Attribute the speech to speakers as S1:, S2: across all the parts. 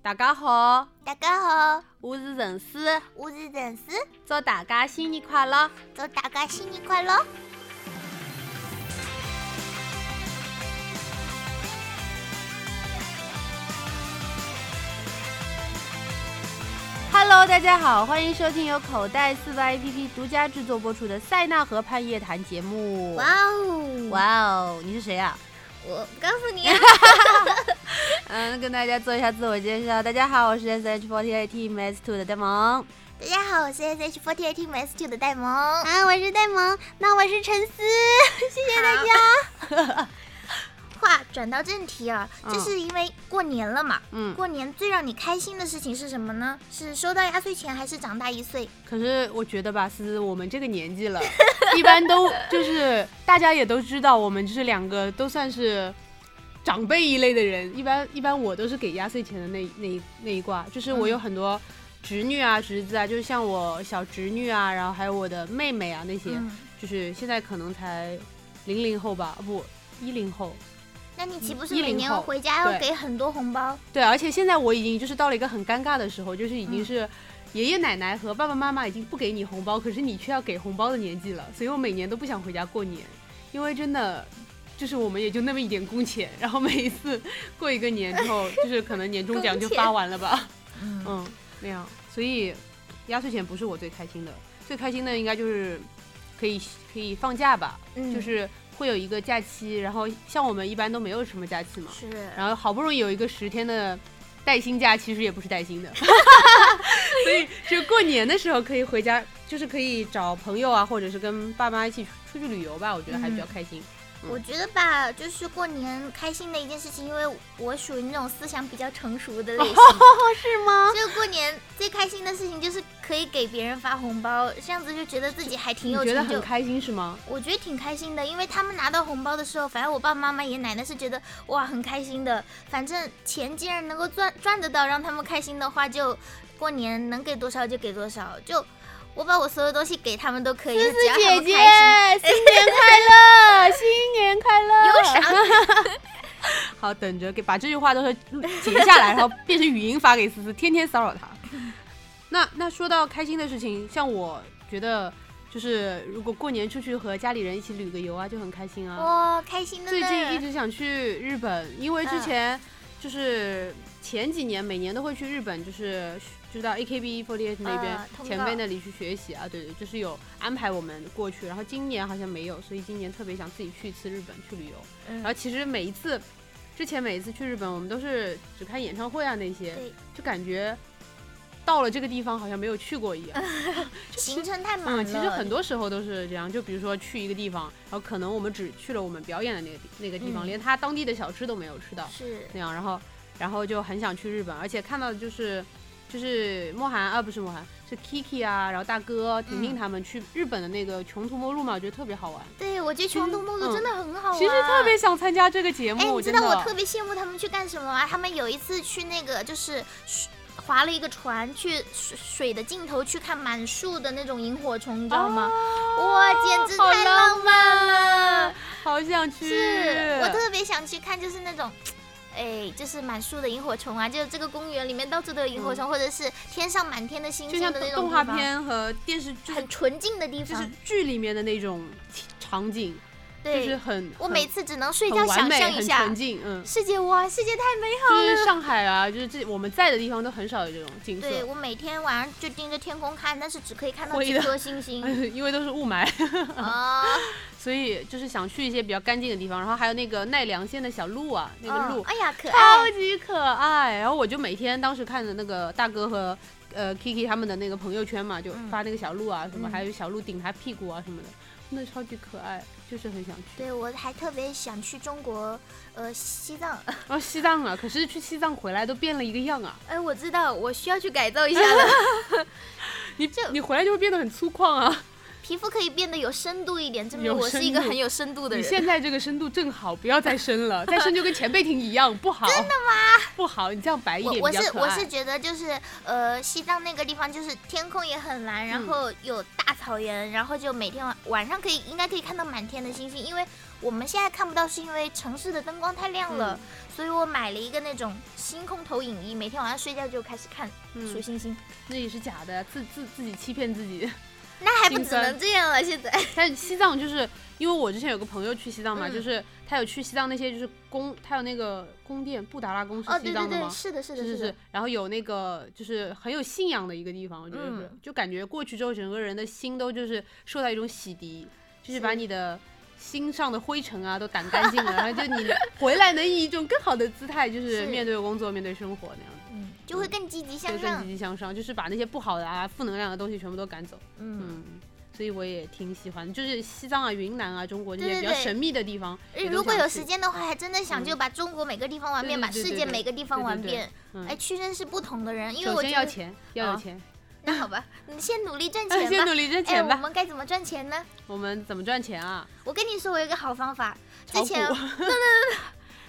S1: 大家好，
S2: 大家好，
S1: 我是陈思，
S2: 我是陈思，
S1: 祝大家新年快乐！
S2: 祝大家新年快乐！
S1: Hello，大家好，欢迎收听由口袋四八 APP 独家制作播出的《塞纳河畔夜谈》节目。
S2: 哇哦，
S1: 哇哦，你是谁啊？
S2: 我告诉你啊，
S1: 嗯，跟大家做一下自我介绍。大家好，我是 SH48 Team S2 的呆萌。
S2: 大家好，我是 SH48 Team S2 的戴萌啊，我是戴萌，那我是陈思， 谢谢大家。 话转到正题啊，
S1: 嗯
S2: 就是因为过年了嘛，
S1: 嗯，
S2: 过年最让你开心的事情是什么呢？是收到压岁钱，还是长大一岁？
S1: 可是我觉得吧，思，我们这个年纪了， 一般都就是大家也都知道，我们就是两个都算是长辈一类的人。一般一般我都是给压岁钱的那那一那一挂，就是我有很多侄女啊、侄子啊，就是像我小侄女啊，然后还有我的妹妹啊那些，
S2: 嗯，
S1: 就是现在可能才零零后吧，不一零后。
S2: 那你岂不是
S1: 10
S2: 每年
S1: 后
S2: 回家要
S1: 对
S2: 给很多红包？
S1: 对，而且现在我已经就是到了一个很尴尬的时候，就是已经是爷爷奶奶和爸爸妈妈已经不给你红包，可是你却要给红包的年纪了，所以我每年都不想回家过年，因为真的。就是我们也就那么一点工钱，然后每一次过一个年之后，就是可能年终奖就发完了吧，
S2: 嗯
S1: 嗯，那样。所以压岁钱不是我最开心的，最开心的应该就是可以可以放假吧，
S2: 嗯
S1: 就是会有一个假期，然后像我们一般都没有什么假期嘛，
S2: 嗯是
S1: 然后好不容易有一个十天的带薪假，其实也不是带薪的， 所以就过年的时候可以回家，就是可以找朋友啊，或者是跟爸妈一起出去旅游吧，我觉得还比较开心。
S2: 我觉得吧，就是过年开心的一件事情，因为我属于那种思想比较成熟的类 型，
S1: 是吗？
S2: 所以过年最开心的事情就是可以给别人发红包，这样子就觉得自己还挺
S1: 你
S2: 有
S1: 觉得
S2: 成
S1: 很
S2: 就。
S1: 开心是吗？
S2: 我觉得挺开心的，因为他们拿到红包的时候，反正我爸爸妈妈、爷爷奶奶是觉得哇很开心的。反正钱既然能够赚赚得到，让他们开心的话，就过年能给多少就给多少，就我把我所有东西给他们都可以，只要他们开心。
S1: 新年快乐， 新年快乐！
S2: 有啥？
S1: 好，等着给把这句话都是截下来，然后变成语音发给思思，天天骚扰她。 那那说到开心的事情，像我觉得就是如果过年出去和家里人一起旅个游啊，就很开心啊。
S2: 哇、开心的嗯
S1: 最
S2: 呢！
S1: 近一直想去日本，因为之前就是前几年每年都会去日本，就是就到 AKB48 那边
S2: 啊通告
S1: 前辈那里去学习啊，对对，就是有安排我们过去。然后今年好像没有，所以今年特别想自己去一次日本去旅游。
S2: 嗯
S1: 然后其实每一次之前每一次去日本，我们都是只看演唱会啊那些
S2: 对，
S1: 就感觉到了这个地方好像没有去过一样。
S2: 行程太满了。
S1: 嗯，其实很多时候都是这样，就比如说去一个地方，然后可能我们只去了我们表演的那个地那个地方，
S2: 嗯
S1: 连他当地的小吃都没有吃到，
S2: 是
S1: 那样，然后然后就很想去日本，而且看到的就是就是莫涵啊，不是莫涵，是 Kiki 啊，然后大哥婷
S2: 嗯
S1: 婷他们去日本的那个穷途末路嘛，我觉得特别好玩。
S2: 对，我觉得穷途末路真的很好玩。
S1: 嗯其实特别想参加这个节
S2: 哎，
S1: 目，
S2: 你知
S1: 真
S2: 道
S1: 的。
S2: 我特别羡慕他们去干什么吗？他们有一次去那个就是水划了一个船，去水水的尽头去看满树的那种萤火虫，你知道吗？
S1: 哦
S2: 哇，简直太浪漫了！
S1: 好想去！
S2: 是我特别想去看，就是那种。哎，就是满树的萤火虫啊，就是这个公园里面到处都有萤火虫，或者是天上满天的星
S1: 嗯就
S2: 星
S1: 像
S2: 的那种
S1: 动画
S2: 地方，
S1: 片和电视就是
S2: 很纯净的地
S1: 就
S2: 方。
S1: 是剧里面的那种场景，
S2: 对，
S1: 就是很
S2: 我
S1: 很
S2: 每次只能睡
S1: 很
S2: 觉
S1: 完
S2: 想
S1: 美
S2: 象一
S1: 很
S2: 下
S1: 纯，净，嗯，
S2: 世界哇，世界太美好
S1: 就
S2: 了。
S1: 是上海啊，就是这我们在的地方都很少有这种景
S2: 对
S1: 色，
S2: 我每天晚上就盯着天空看，但是只可以看到
S1: 灰
S2: 几
S1: 的哎
S2: 颗星 星
S1: 因为都是雾霾，
S2: 啊。
S1: 所以就是想去一些比较干净的地方，然后还有那个奈良县的小鹿啊， 那个
S2: 嗯
S1: 鹿
S2: 哎呀，可
S1: 超
S2: 爱。
S1: 级可爱。然后我就每天当时看着那个大哥和呃 Kiki 他们的那个朋友圈嘛，就
S2: 嗯
S1: 发那个小鹿啊什么，
S2: 嗯
S1: 还有小鹿顶他屁股啊什么的，真的超级可爱，就是很想去。
S2: 对，我还特别想去中国，呃，西藏。
S1: 然后西藏啊，可是去西藏回来都变了一个样啊，
S2: 哎，我知道，我需要去改造一下了。
S1: 你你回来就会变得很粗犷啊。
S2: 皮肤可以变得有深度一点，证明
S1: 有
S2: 我是
S1: 深
S2: 一个
S1: 度
S2: 很有深度的
S1: 你
S2: 人。
S1: 现在这个深度正好，不要再深了，再深就跟前辈婷一样，不好。真的吗？不好，你这样白一
S2: 我
S1: 点
S2: 我
S1: 比较
S2: 是
S1: 可
S2: 我
S1: 爱。
S2: 是觉得就是呃，西藏那个地方就是天空也很蓝，然
S1: 嗯
S2: 后有大草原，然后就每天晚晚上可以应该可以看到满天的星星，因为我们现在看不到是因为城市的灯光太亮
S1: 嗯
S2: 了，所以我买了一个那种星空投影仪，每天晚上睡觉就开始看数
S1: 嗯，
S2: 星星，
S1: 那也是假的，自自自己欺骗自己。
S2: 那还不
S1: 心
S2: 只
S1: 酸
S2: 能这样了，现在
S1: 但是西藏就是因为我之前有个朋友去西藏嘛，
S2: 嗯
S1: 就是他有去西藏那些就是宫，他有那个宫殿，布达拉宫是
S2: 哦，
S1: 西
S2: 对对
S1: 藏的吗？
S2: 对，是的，是的，
S1: 是是
S2: 是的
S1: 是，，然后有那个就是很有信仰的一个地方，我觉得是，
S2: 嗯
S1: 就感觉过去之后整个人的心都就是受到一种洗涤，就是把
S2: 是
S1: 你的心上的灰尘啊都掸干净了，然后 就你回来能以一种更好的姿态，就是
S2: 是
S1: 面对工作、面对生活那样子，
S2: 嗯，就会更积极
S1: 就
S2: 向
S1: 更
S2: 上
S1: 积，极向上，就是把那些不好的啊、负能量的东西全部都赶走。
S2: 嗯。
S1: 嗯，所以我也挺喜欢，就是西藏啊、云南啊、中国这
S2: 对
S1: 些
S2: 对
S1: 比较
S2: 对
S1: 神秘的地方，也都
S2: 如果
S1: 想
S2: 有
S1: 去嗯
S2: 时，间的话，还真的想就把中国每个地方玩遍，
S1: 对对
S2: 把
S1: 对对
S2: 世界每个地方玩遍。
S1: 嗯
S2: 哎，，去认识不同的人，因为
S1: 首
S2: 我
S1: 先
S2: 觉
S1: 要
S2: 得
S1: 钱，要有
S2: 啊
S1: 钱，
S2: 那好吧，你先努力赚
S1: 哎
S2: 钱
S1: 先努
S2: 吧。
S1: 力挣
S2: 哎，
S1: 钱
S2: 我
S1: 吧。
S2: 们该怎么赚钱呢？
S1: 我们怎么赚钱啊？
S2: 我跟你说，我有一个好方法。之
S1: 炒
S2: 前
S1: 股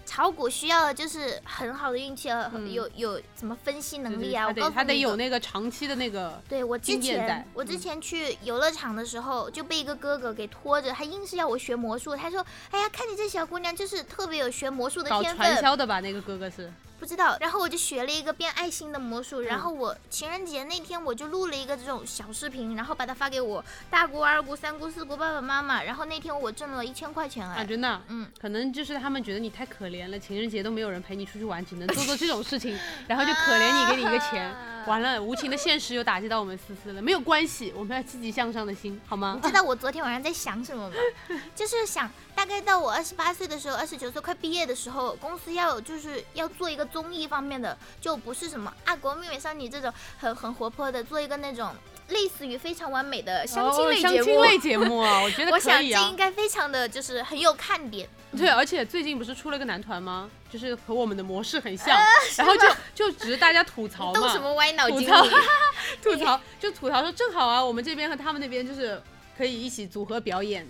S2: 炒股需要就是很好的运气和
S1: 嗯
S2: 有有什么分析
S1: 对
S2: 能
S1: 对
S2: 力啊？我
S1: 他
S2: 告
S1: 得
S2: 诉
S1: 他得
S2: 你
S1: 有。那个长期的那个，
S2: 对我之
S1: 经验在
S2: 前，我之
S1: 嗯
S2: 前去游乐场的时候，就被一个哥哥给拖着，他硬是要我学魔术。他说：“哎呀，看你这小姑娘，就是特别有学魔术的
S1: 搞
S2: 天
S1: 传
S2: 分，
S1: 销的吧？那个哥哥是，
S2: 不知道，然后我就学了一个变爱心的魔术，然
S1: 嗯
S2: 后我情人节那天我就录了一个这种小视频，然后把它发给我大姑、二姑、三姑、四姑、爸爸妈妈，然后那天我挣了一千块钱哎、
S1: 啊，真的。
S2: 嗯，
S1: 可能就是他们觉得你太可怜了，情人节都没有人陪你出去玩，只能做做这种 事情，然后就可怜你，给你一个钱。
S2: 啊
S1: 完了，无情的现实又打击到我们思思了。没有关系，我们要积极向上的心，好吗
S2: 你？知道我昨天晚上在想什么吗？ 就是想大概到我二十八岁的时候，二十九岁快毕业的时候，公司要有就是要做一个综艺方面的，就不是什么阿国妹妹像你这种很很活泼的，做一个那种类似于非常完美的相亲
S1: 哦
S2: 类节目。
S1: 相亲类节目啊，我 觉得
S2: 我
S1: 可
S2: 想
S1: 以
S2: 这
S1: 啊
S2: 应。该非常的就是很有看点，
S1: 对，而且最近不是出了个男团吗？就是和我们的模式很像，
S2: 啊
S1: 然后就就只是大家吐槽
S2: 动
S1: 嘛
S2: 什，么歪脑
S1: 吐
S2: 筋？
S1: 槽 吐槽就吐槽说正好啊，我们这边和他们那边就是可以一起组合 表演，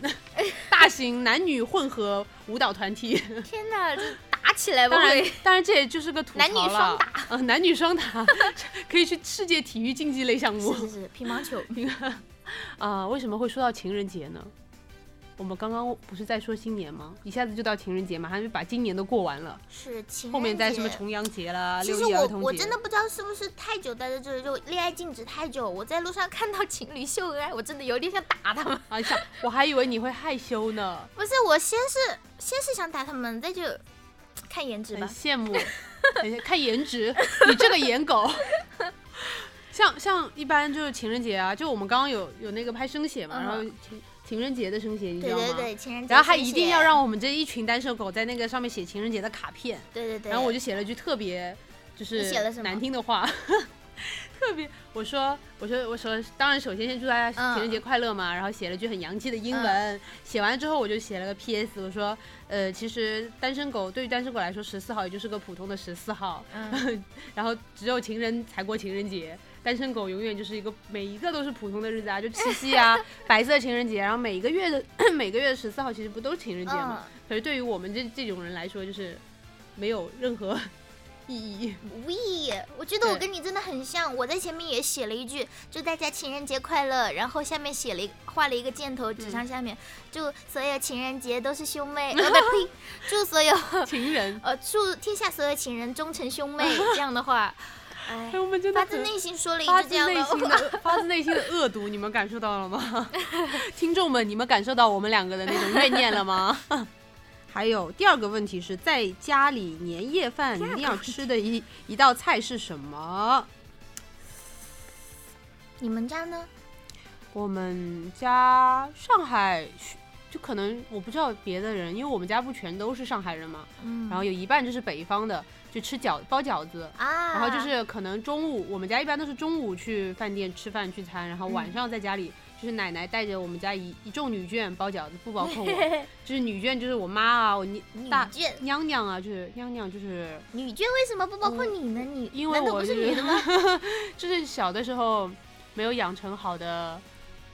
S1: 大型男女混合舞蹈团体。
S2: 天哪，这打起来不
S1: 当然
S2: 会？，
S1: 当然这也就是个吐槽
S2: 男女
S1: 了
S2: 双打，
S1: 呃，男女双打 可以去世界体育竞技类项目
S2: 是是是，乒乓球。
S1: 啊、为什么会说到情人节呢？我们刚刚不是在说新年吗？一下子就到情人节，马上就把今年都过完了。
S2: 是情人节
S1: 后面再什么重阳节啦，
S2: 其实
S1: 六一
S2: 我
S1: 儿童节，
S2: 我真的不知道是不是太久待在这里，就恋爱禁止太久。我在路上看到情侣秀恩爱，我真的有点想打 他们。
S1: 啊想，我还以为你会害羞呢，
S2: 不是，我先是先是想打他们，再就看颜值
S1: 很
S2: 吧。
S1: 羡慕。等一下看颜值，你这个颜狗。 像像一般就是情人节啊，就我们刚刚有有那个拍生写嘛，
S2: 嗯
S1: 然后情情人节的生写，你知
S2: 对
S1: 道吗？
S2: 对对，情人节。
S1: 然后还一定要。让我们这一群单身狗在那个上面写情人节的卡片，
S2: 对对对。
S1: 然后我就写了句特别就是
S2: 你写了什么
S1: 难听的话， 特别我说我说我说，当然首先先祝大家
S2: 嗯
S1: 情人节快乐嘛，然后写了句很洋气的英文，写完之后我就写了个 PS，我说呃其实单身狗对于单身狗来说十四号也就是个普通的十四号，
S2: 嗯，
S1: 然后只有情人才过情人节。单身狗永远就是一个每一个都是普通的日子啊，就七 夕啊，白色情人节，然后每一个月的 每个月十四号其实不都是情人节吗？
S2: 嗯，
S1: 可是对于我们这这种人来说，就是没有任何 意 义。
S2: 喂，我觉得我
S1: 对
S2: 跟你真的很像。我在前面也写了一句，祝大家情人节快乐，然后下面写了一画了一个箭头，指向下面，祝所有情人节都是兄 妹，呃，不呸，祝所有，
S1: 情人
S2: 呃，祝天下所有情人终成兄 妹。这样的话，哎
S1: 哎，，我们真的
S2: 发自
S1: 很
S2: 内心说了一
S1: 发
S2: 句
S1: 自
S2: 这样
S1: 内心
S2: 的话，
S1: 的发自内心的恶毒，你们感受到了吗？ 听众们，你们感受到我们两个的那种怨念了吗？ 还有第二个问题是在家里年夜饭一定要吃的一一道菜是什么？
S2: 你们家呢？
S1: 我们家上海就可能我不知道别的人，因为我们家不全都是上海人嘛，
S2: 嗯，
S1: 然后有一半就是北方的，就吃饺包饺子，
S2: 啊，
S1: 然后就是可能中午，我们家一般都是中午去饭店吃饭聚餐，然后晚
S2: 嗯
S1: 上在家里，就是奶奶带着我们家一一众女眷包饺子，不包括我，就是女眷就是我妈啊，我你
S2: 女
S1: 大
S2: 眷，
S1: 娘娘啊，就是娘娘就是
S2: 女眷为什么不包括你呢？你
S1: 因为
S2: 难道
S1: 我
S2: 不是
S1: 就是
S2: 女的吗？
S1: 就是小的时候没有养成好的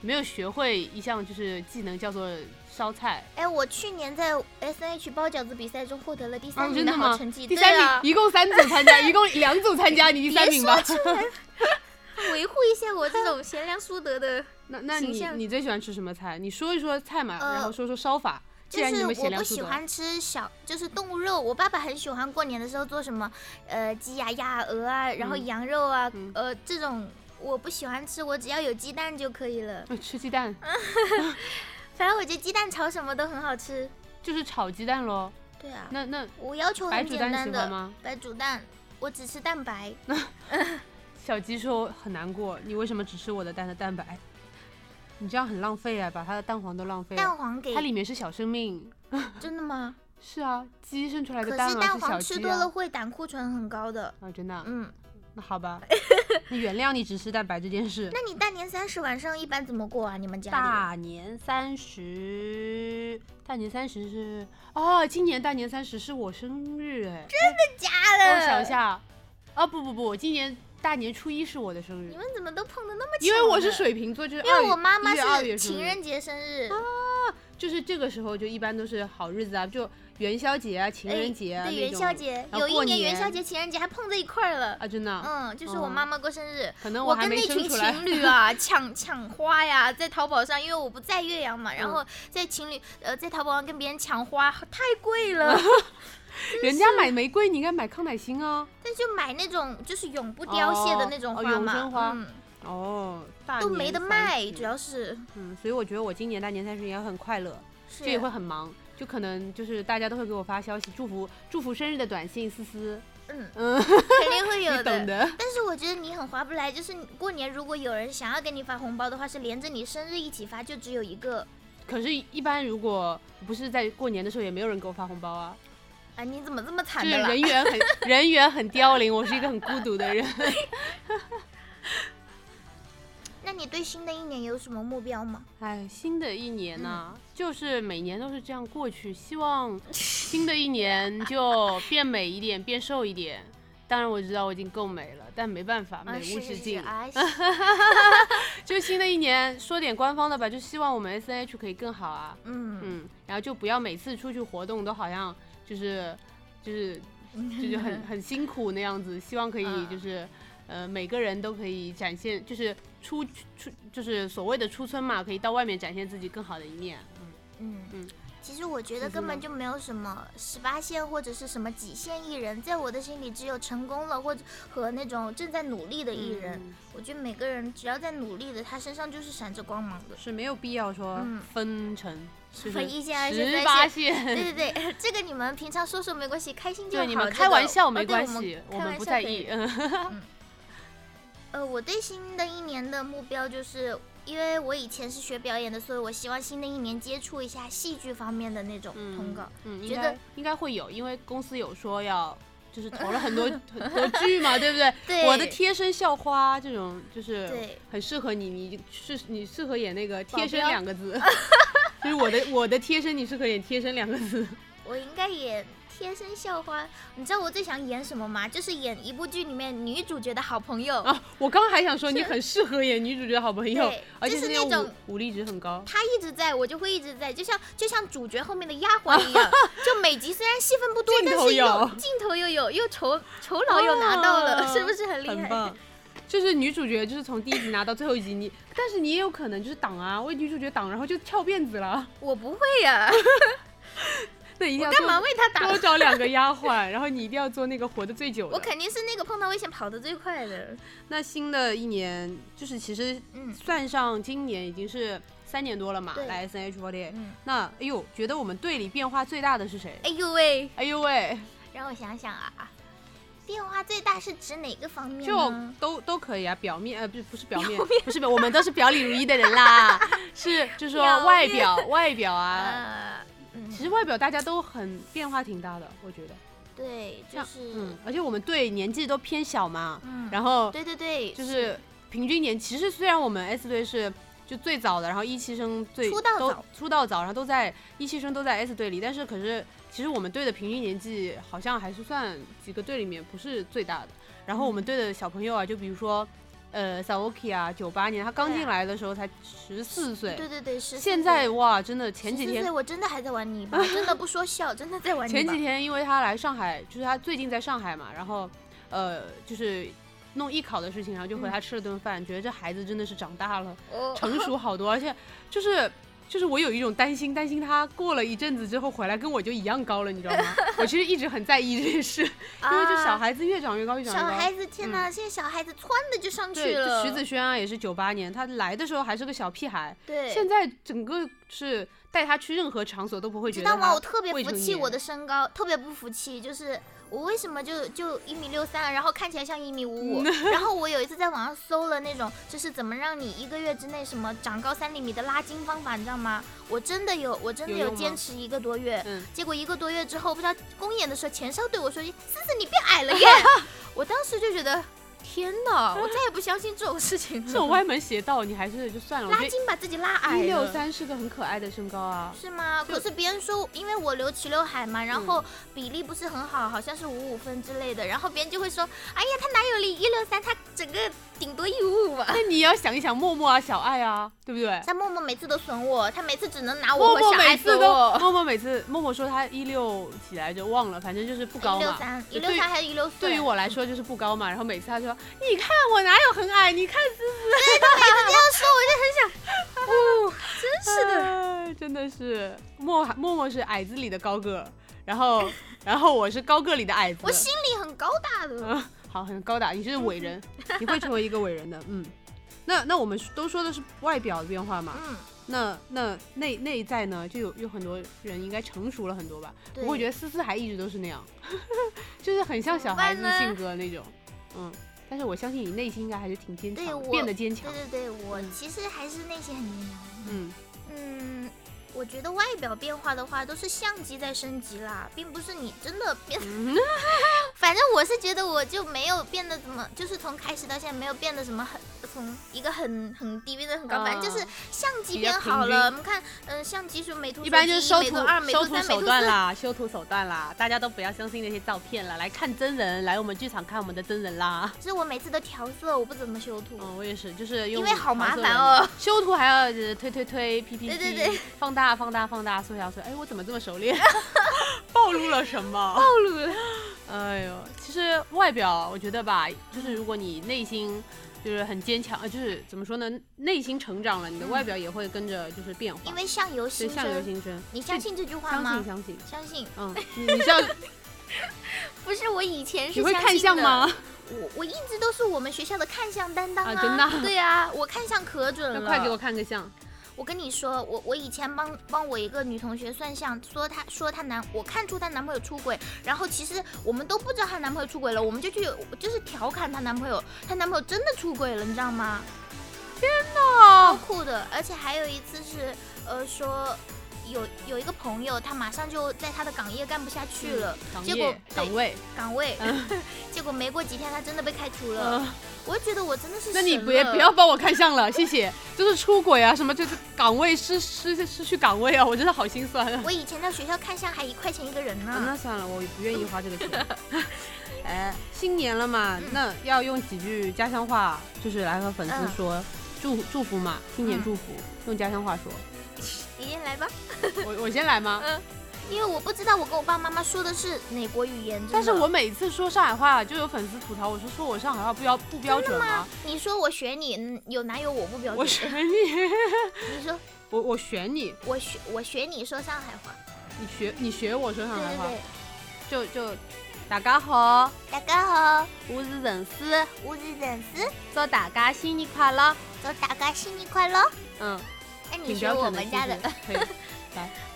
S1: 没有学会一项就是技能叫做烧菜。
S2: 哎，我去年在 S N H 包饺子比赛中获得了第
S1: 啊，
S2: 三
S1: 真
S2: 名
S1: 的
S2: 好
S1: 吗？
S2: 成绩，
S1: 第
S2: 对
S1: 三名，
S2: 啊，
S1: 一共三组参加，一共两组参加，你第三名吧。
S2: 维护一下我这种贤良淑德 的。
S1: 那那
S2: 形
S1: 你
S2: 象
S1: 你最喜欢吃什么菜？你说一说菜嘛，
S2: 呃
S1: 然后说说烧法。既
S2: 就
S1: 然你
S2: 是
S1: 们
S2: 我
S1: 贤良
S2: 不
S1: 淑
S2: 喜
S1: 德，
S2: 欢吃小，就是动物肉。我爸爸很喜欢过年的时候做什么，呃，鸡呀、鸭啊、鹅啊，然后
S1: 嗯
S2: 羊肉啊，
S1: 嗯
S2: 呃，这种我不喜欢吃，我只要有鸡蛋就可以了。
S1: 呃吃鸡蛋
S2: 反正我觉得鸡蛋炒什么都很好吃。
S1: 就是炒鸡蛋喽。
S2: 对啊，
S1: 那那
S2: 我要求
S1: 白
S2: 很
S1: 煮
S2: 简
S1: 蛋
S2: 单
S1: 喜欢
S2: 的
S1: 吗？
S2: 白煮蛋，我只吃蛋白。
S1: 小鸡说很难过，你为什么只吃我的蛋的蛋白？你这样很浪费啊，把它的蛋黄都浪费了。
S2: 蛋黄给
S1: 它里面是小生命。
S2: 真的吗？
S1: 是啊，鸡生出来
S2: 可
S1: 的
S2: 是
S1: 蛋啊
S2: 蛋
S1: 是小
S2: 黄
S1: 鸡
S2: 吃多
S1: 啊
S2: 了。会胆固醇很高的。
S1: 啊，真的啊，
S2: 嗯，
S1: 那 好吧，那原谅你只吃蛋白这件事。
S2: 那你大年三十晚上一般怎么过啊？你们家里？
S1: 大年三十，大年三十是哦，今年大年三十是我生日哎，
S2: 假
S1: 哎
S2: 的？
S1: 我想一，下，哦不不不，我今年大年初一是我的生日
S2: 你，们怎么都碰的那么巧？
S1: 因为我是，水瓶座，就是
S2: 因为
S1: 2
S2: 我妈妈
S1: 1月2
S2: 是
S1: 月生日
S2: 情人节生日，
S1: 就是这个时候就一般都是好日子啊，就元宵节啊、情人节啊、
S2: 哎对
S1: 那
S2: 元
S1: 种
S2: 宵节，
S1: 然后
S2: 有一
S1: 过
S2: 年元
S1: 年
S2: 宵节、情人节还碰在一块儿了。
S1: 啊，真的啊，
S2: 嗯，就是我
S1: 嗯
S2: 妈妈过生日，
S1: 可能
S2: 我
S1: 还
S2: 跟
S1: 没
S2: 那
S1: 生
S2: 群
S1: 出来
S2: 情。侣 啊抢抢花呀，在淘宝上，因为我不在岳阳嘛，
S1: 嗯
S2: 然后在情侣呃在淘宝上跟别人抢花太贵 了，
S1: 人家买玫瑰，你应该买康乃馨啊。
S2: 但就买那种就是永不凋谢的
S1: 哦
S2: 那种
S1: 哦
S2: 花
S1: 永
S2: 嘛，
S1: 生花
S2: 嗯，
S1: 哦，大
S2: 都没
S1: 年
S2: 得
S1: 三
S2: 卖，
S1: 十
S2: 主要是
S1: 嗯，所以我觉得我今年大年三十也很快乐。
S2: 是
S1: 这也会很忙，就可能就是大家都会给我发消息祝福祝福生日的短信，思思，
S2: 嗯
S1: 嗯，
S2: 肯定会有
S1: 你懂
S2: 的。
S1: 的。
S2: 但是我觉得你很划不来，就是你过年如果有人想要给你发红包的话，是连着你生日一起发，就只有一个
S1: 可是，一般如果不是在过年的时候，也没有人给我发红包啊，
S2: 啊！你怎么这么
S1: 就
S2: 惨
S1: 是
S2: 的啦？
S1: 人缘 很人缘很凋零，我是一个很孤独的人。
S2: 那你对新的一年有什么目标吗？
S1: 哎，新的一年呢、
S2: 嗯
S1: 就是每年都是这样过去，希望新的一年就变美一点，变瘦一点。当然我知道我已经够美了，但没办法，
S2: 啊，
S1: 美无
S2: 是
S1: 止
S2: 是
S1: 境。
S2: 是啊，是
S1: 就新的一年，说点官方的吧，就希望我们 S N H 可以更好啊。
S2: 嗯，
S1: 嗯，然后就不要每次出去活动都好像就是就是就是 很很辛苦那样子，希望可以
S2: 嗯
S1: 就是、呃每个人都可以展现，就是出出就是所谓的出村嘛，可以到外面展现自己更好的一面。
S2: 嗯
S1: 嗯
S2: 其实我觉得
S1: 思思
S2: 根本
S1: 呢
S2: 就没有什么十八线或者是什么几线艺人，在我的心里只有成功了或者和那种正在努力的艺人。
S1: 嗯
S2: 我觉得每个人只要在努力的，他身上就是闪着光芒的。
S1: 是没有必要说
S2: 嗯
S1: 分成就是
S2: 分一线二线
S1: 十八
S2: 三
S1: 线，
S2: 对对 对，这个你们平常说说没关系，开心就好。
S1: 对你们
S2: 这
S1: 开
S2: 个
S1: 玩笑
S2: 哦
S1: 没
S2: 对
S1: 关
S2: 我
S1: 系，
S2: 们
S1: 我
S2: 开
S1: 们
S2: 玩
S1: 不
S2: 笑
S1: 在
S2: 可以
S1: 意。嗯
S2: 呃，我对新的一年的目标就是，因为我以前是学表演的，所以我希望新的一年接触一下戏剧方面的那种通告。
S1: 嗯，应
S2: 觉
S1: 该
S2: 得
S1: 应该会有，因为公司有说要。就是投了 很多很多剧嘛，对不对？
S2: 对
S1: 我的贴身校花这种就是
S2: 对，
S1: 很适合你，你是你适合演那个
S2: 保
S1: 贴身
S2: 镖
S1: 两 个字，就是我的我的贴身，你适合演贴身两个字。
S2: 我应该演贴身校花。你知道我最想演什么吗？就是演一部剧里面女主角的好朋友。
S1: 啊，我刚还想说你很适合演女主角好朋友
S2: 对，
S1: 而且
S2: 就是
S1: 那
S2: 那
S1: 种
S2: 种
S1: 武武力值很高。
S2: 她一直在，我就会一直在，就像就像主角后面的丫鬟一 样。就每集虽然戏份不多，
S1: 镜
S2: 但
S1: 头
S2: 是又
S1: 有
S2: 镜头又有，又酬酬劳又拿到了，
S1: 啊
S2: 是不是很厉害？
S1: 很棒。就是女主角，就是从第一集拿到最后一集，你但是你也有可能就是挡啊，为女主角挡，然后就跳辫子了。
S2: 我不会呀、
S1: 那一定要
S2: 干嘛
S1: 多
S2: 为他打
S1: 多找两个丫鬟，然后你一定要做那个活得最久
S2: 我
S1: 的。
S2: 肯定是那个碰到危险跑得最快的。
S1: 那新的一年就是其实
S2: 嗯
S1: 算上今年已经是三年多了嘛，
S2: 对
S1: 来 S N H 4 8
S2: 嗯，
S1: 那哎呦，觉得我们队里变化最大的是谁？
S2: 哎呦喂，
S1: 哎呦喂，
S2: 让我想想啊，变化最大是指哪个方面
S1: 就
S2: 呢？
S1: 都都可以啊，表面呃不是不是表 面，不是表，我们都是表里如一的人啦，是就是
S2: 表
S1: 说外表外表啊，
S2: 呃，嗯，
S1: 其实外表大家都很变化挺大的，我觉得，
S2: 对，就
S1: 像
S2: 是
S1: 嗯，而且我们队年纪都偏小嘛，
S2: 嗯，
S1: 然后
S2: 对对对，
S1: 就是平均年，其实虽然我们 S 队是就最早的，然后一期生最
S2: 出道
S1: 都
S2: 早
S1: 出道早，然后都在一期生都在 S 队里，但是可是其实我们队的平均年纪
S2: 嗯
S1: 好像还是算几个队里面不是最大的。然后我们队的小朋友啊，就比如说呃 Saoki 啊，九八年，他刚进来的时候才十四岁，
S2: 对对对，是。
S1: 现在哇，真的前几
S2: 14
S1: 天
S2: 岁我真的还在玩泥巴，真的不说笑，真的在玩泥巴。
S1: 前几天因为他来上海，就是他最近在上海嘛，然后呃就是弄艺考的事情，然后就和
S2: 嗯
S1: 他吃了顿饭，觉得这孩子真的是长大了，
S2: 哦
S1: 成熟好多，而且就是。就是我有一种担心，担心他过了一阵子之后回来跟我就一样高了，你知道吗？我其实一直很在意这件 事，因为这小
S2: 啊
S1: 孩子越长越高，越长越
S2: 小
S1: 高。
S2: 孩子，天哪！现在小孩子窜的就上
S1: 对，
S2: 去
S1: 就
S2: 了。
S1: 徐子轩啊，也是九八年，他来的时候还是个小屁孩，
S2: 对，
S1: 现在整个是带他去任何场所都不会觉
S2: 知
S1: 得
S2: 道吗？
S1: 他
S2: 我特别
S1: 未
S2: 服
S1: 成
S2: 气
S1: 年
S2: 我的身高，特别不服气，就是我为什么就就一米六三，然后看起来像一米五
S1: 嗯
S2: 五。 然后我有一次在网上搜了那种，就是怎么让你一个月之内什么长高三厘米的拉筋方法，你知道吗？我真的有，我真的
S1: 有
S2: 有
S1: 用吗
S2: 坚持一个多月。
S1: 嗯
S2: 结果一个多月之后，不知道公演的时候，钱少对我说：“思思，你变矮 了耶！”我当时就觉得，天哪，我再也不相信这种事情
S1: 这种
S2: 了。
S1: 歪门邪道，你还是就算了。 我
S2: 拉
S1: 觉
S2: 筋把自己拉
S1: 得
S2: 矮
S1: 一六
S2: 了。
S1: 三是个很可爱的身高啊，
S2: 是嗯吗？
S1: 就
S2: 可是别人说，因为我留齐刘海嘛，然后比例不是很好，好像是五五分之类的，然后别人就会说，哎呀，他哪有一六三，他整个顶多一五五 吧。
S1: 那你也要想一想默默啊、小爱啊，对不对？
S2: 但默默每次都损我，他每次只能拿我
S1: 默
S2: 和
S1: 默
S2: 小
S1: 每
S2: 爱
S1: 次
S2: 损
S1: 都，
S2: 我。
S1: 默默每次，默默说他一六几来着，忘了，反正就是不高
S2: 一六
S1: 嘛。
S2: 三，一
S1: 对
S2: 六三还是一六四？
S1: 对于我来说就是不高嘛，然后每次他说：“你看我哪有很矮，你看
S2: 这样说，我就很想，哦， 真是的。
S1: 的，真的是默默默是矮子里的高个，然后然后我是高个里的矮子
S2: 我。心里很高大的，
S1: 嗯，好，很高大，你是伟 人，你会成为一个伟人的。嗯，那那我们都说的是外表的变化嘛，
S2: 嗯，
S1: 那那内内在呢，就有有很多人应该成熟了很多吧。
S2: 对。
S1: 不过我觉得思思还一直都是那样， 就是很像小孩子
S2: 怎么办呢
S1: 性格那种。嗯，但是我相信你内心应该还是挺坚
S2: 对
S1: 强的，
S2: 我
S1: 变得坚强
S2: 对。对对，我
S1: 嗯
S2: 其实还是内心很坚强的。
S1: 嗯，
S2: 嗯，我觉得外表变化的话，都是相机在升级啦，并不是你真的 变。反正我是觉得，我就没有变得怎么，就是从开始到现在没有变得什么很，从一个很很低变得很高，
S1: 啊
S2: 反正就是相机
S1: 比较
S2: 变
S1: 平
S2: 好
S1: 均
S2: 了。我们看，嗯、相机是美图手机，
S1: 一般就是修
S2: 美
S1: 图
S2: 图二、美
S1: 修
S2: 图
S1: 图
S2: 三、美
S1: 手
S2: 图
S1: 段
S2: 四。
S1: 啦，修图手段啦，大家都不要相信那些照片了，来看真人，来我们剧场看我们的真人啦。
S2: 其实我每次都调色，我不怎么修图。
S1: 嗯，我也是，就是
S2: 因
S1: 用
S2: 为好麻
S1: 黄色
S2: 烦
S1: 的
S2: 哦，
S1: 修图还要呃推推推、P P P，
S2: 对对对
S1: 放大放大放大缩小缩小，哎，我怎么这么 熟练？暴露了什么？暴露了。哎呦，其实外表我觉得吧，就是如果你内心就是很坚强，呃，就是怎么说呢，内心成长了，你的
S2: 嗯
S1: 外表也会跟着就是变化。
S2: 因为相由
S1: 就
S2: 心
S1: 相由
S2: 生。
S1: 心生，
S2: 你相信这句话
S1: 相信
S2: 吗？
S1: 相信，
S2: 相信，
S1: 嗯，你你知道
S2: 不是我以前是
S1: 你会
S2: 相
S1: 看
S2: 信
S1: 相
S2: 的
S1: 吗？
S2: 我我一直都是我们学校的看相担当
S1: 啊真的啊
S2: 对啊，我看相可准
S1: 那
S2: 了。
S1: 快给我！看个相，
S2: 我跟你说，我我以前帮帮我一个女同学算相，说她说她男，我看出她男朋友出轨，然后其实我们都不知道她男朋友出轨了，我们就去就是调侃她男朋友，她男朋友真的出轨了，你知道吗？超
S1: 哦，
S2: 酷的！而且还有一次是，呃，说有有一个朋友，他马上就在他的岗业干不下去了，
S1: 岗
S2: 结果
S1: 业
S2: 对
S1: 岗位，
S2: 岗位， 结果没过几天他真的被开除了。
S1: 嗯。
S2: 我就觉得我真的是
S1: 那你
S2: 神
S1: 别
S2: 了
S1: 不要帮我看相了，谢谢。就是出轨啊，什么就是岗位失失失去岗位啊，我真的好心酸啊。
S2: 我以前在学校看相还一块钱一个人
S1: 啊
S2: 呢。
S1: 那算了，我不愿意花这个钱。 哎，新年了嘛
S2: 嗯，
S1: 那要用几句家乡话，就是来和粉丝
S2: 嗯
S1: 说祝祝福嘛，新年
S2: 嗯
S1: 祝福，用家乡话说。
S2: 你先来吧，
S1: 我我先来吗？
S2: 因为我不知道我跟我爸妈妈说的是哪国语言。真的
S1: 但是我每次说上海话，就有粉丝吐槽我说说我上海话不标不标准吗？
S2: 你说我学你，嗯有哪有我不标
S1: 我
S2: 准？
S1: 选你，
S2: 你说
S1: 我我选你，
S2: 我学我学你说上海话，
S1: 你学你学我说上
S2: 对
S1: 海
S2: 对
S1: 话，
S2: 对。
S1: 就就 大家好。
S2: 大家好，
S1: 我是陈思，
S2: 我是粉丝，
S1: 祝大家新年快乐。
S2: 祝大家新年快乐。
S1: 嗯，
S2: 那哎你
S1: 挺
S2: 学
S1: 标
S2: 我
S1: 准的。
S2: 们家的，
S1: 其实可以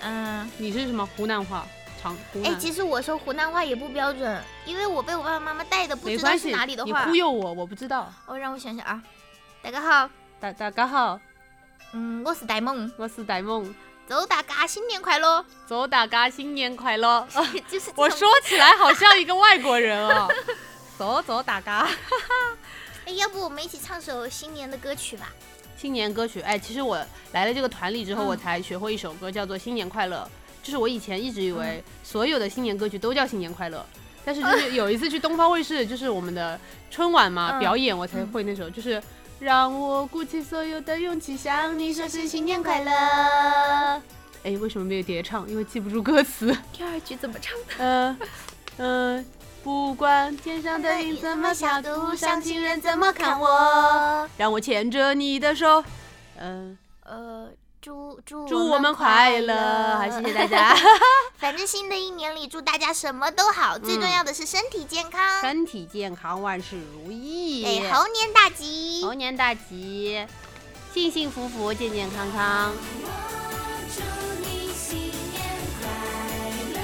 S2: 嗯，
S1: 你是什么湖南话？长湖南。
S2: 哎，其实我说湖南话也不标准，因为我被我爸爸妈妈带的，不
S1: 没
S2: 知道
S1: 关
S2: 是
S1: 系，
S2: 哪里的
S1: 你
S2: 话
S1: 忽。悠我，我不知道。
S2: 哦，让我想想啊，大家好，
S1: 大大家好，
S2: 嗯，我是戴萌，
S1: 我是戴梦，
S2: 祝大家新年快乐。
S1: 祝大家新年快乐。
S2: 就是哦这
S1: 哦我
S2: 种
S1: 说起来好像一个外国人哦。走走，大家。
S2: 哎，要不我们一起唱首新年的歌曲吧？
S1: 新年歌曲，哎，其实我来了这个团里之后，
S2: 嗯
S1: 我才学会一首
S2: 嗯
S1: 歌，叫做《新年快乐》。就是我以前一直以为所有的新年歌曲都叫新年快乐，但是
S2: 哦
S1: 就是有一次去东方卫视，就是我们的春晚
S2: 嗯
S1: 嘛、表演，我才会那首，就是让我鼓起所有的勇气向你说声新年快乐。
S2: 乐。
S1: 哎，为什么没有叠唱？因为记不住歌词。
S3: 第二句怎么唱 的？
S1: 嗯、嗯、不管天上的云怎么下，路上情人怎么看我，？让我牵着你的手。嗯、
S2: 呃，祝祝
S1: 祝
S2: 我
S1: 我们快乐！好，谢谢大。家，
S2: 反正新的一年里，祝大家什么都好，最重要的是身体健康，
S1: 嗯身体健 康，万事如意。
S2: 哎，猴年大吉。
S1: 猴年大吉，幸幸福福，健健康康。
S4: 我祝你新年快乐，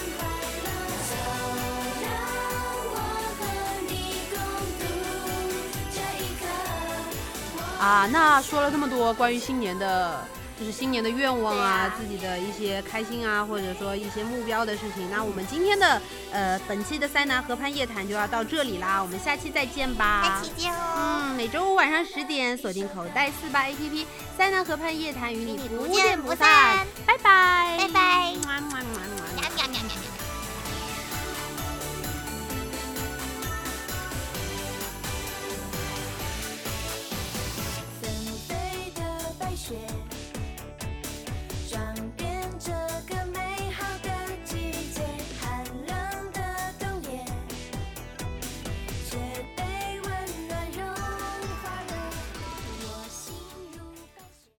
S4: 平安快乐。就让我和你共度这一刻。
S1: 啊，那说了这么多关于新年的，就是新年的愿望啊，自己的一些开心啊，或者说一些目标的事情。那我们今天的呃本期的塞南河畔夜谈就要到这里啦，我们下期再见吧
S2: 下。期见哦，
S1: 嗯，每周五晚上十点，锁定口袋四八 APP，塞南河畔夜谈与你
S2: 你
S1: 不
S2: 不
S1: 见
S2: 见
S1: 不
S2: 不
S1: 散
S2: 散，
S1: 拜拜，
S2: 拜拜
S1: 么么么么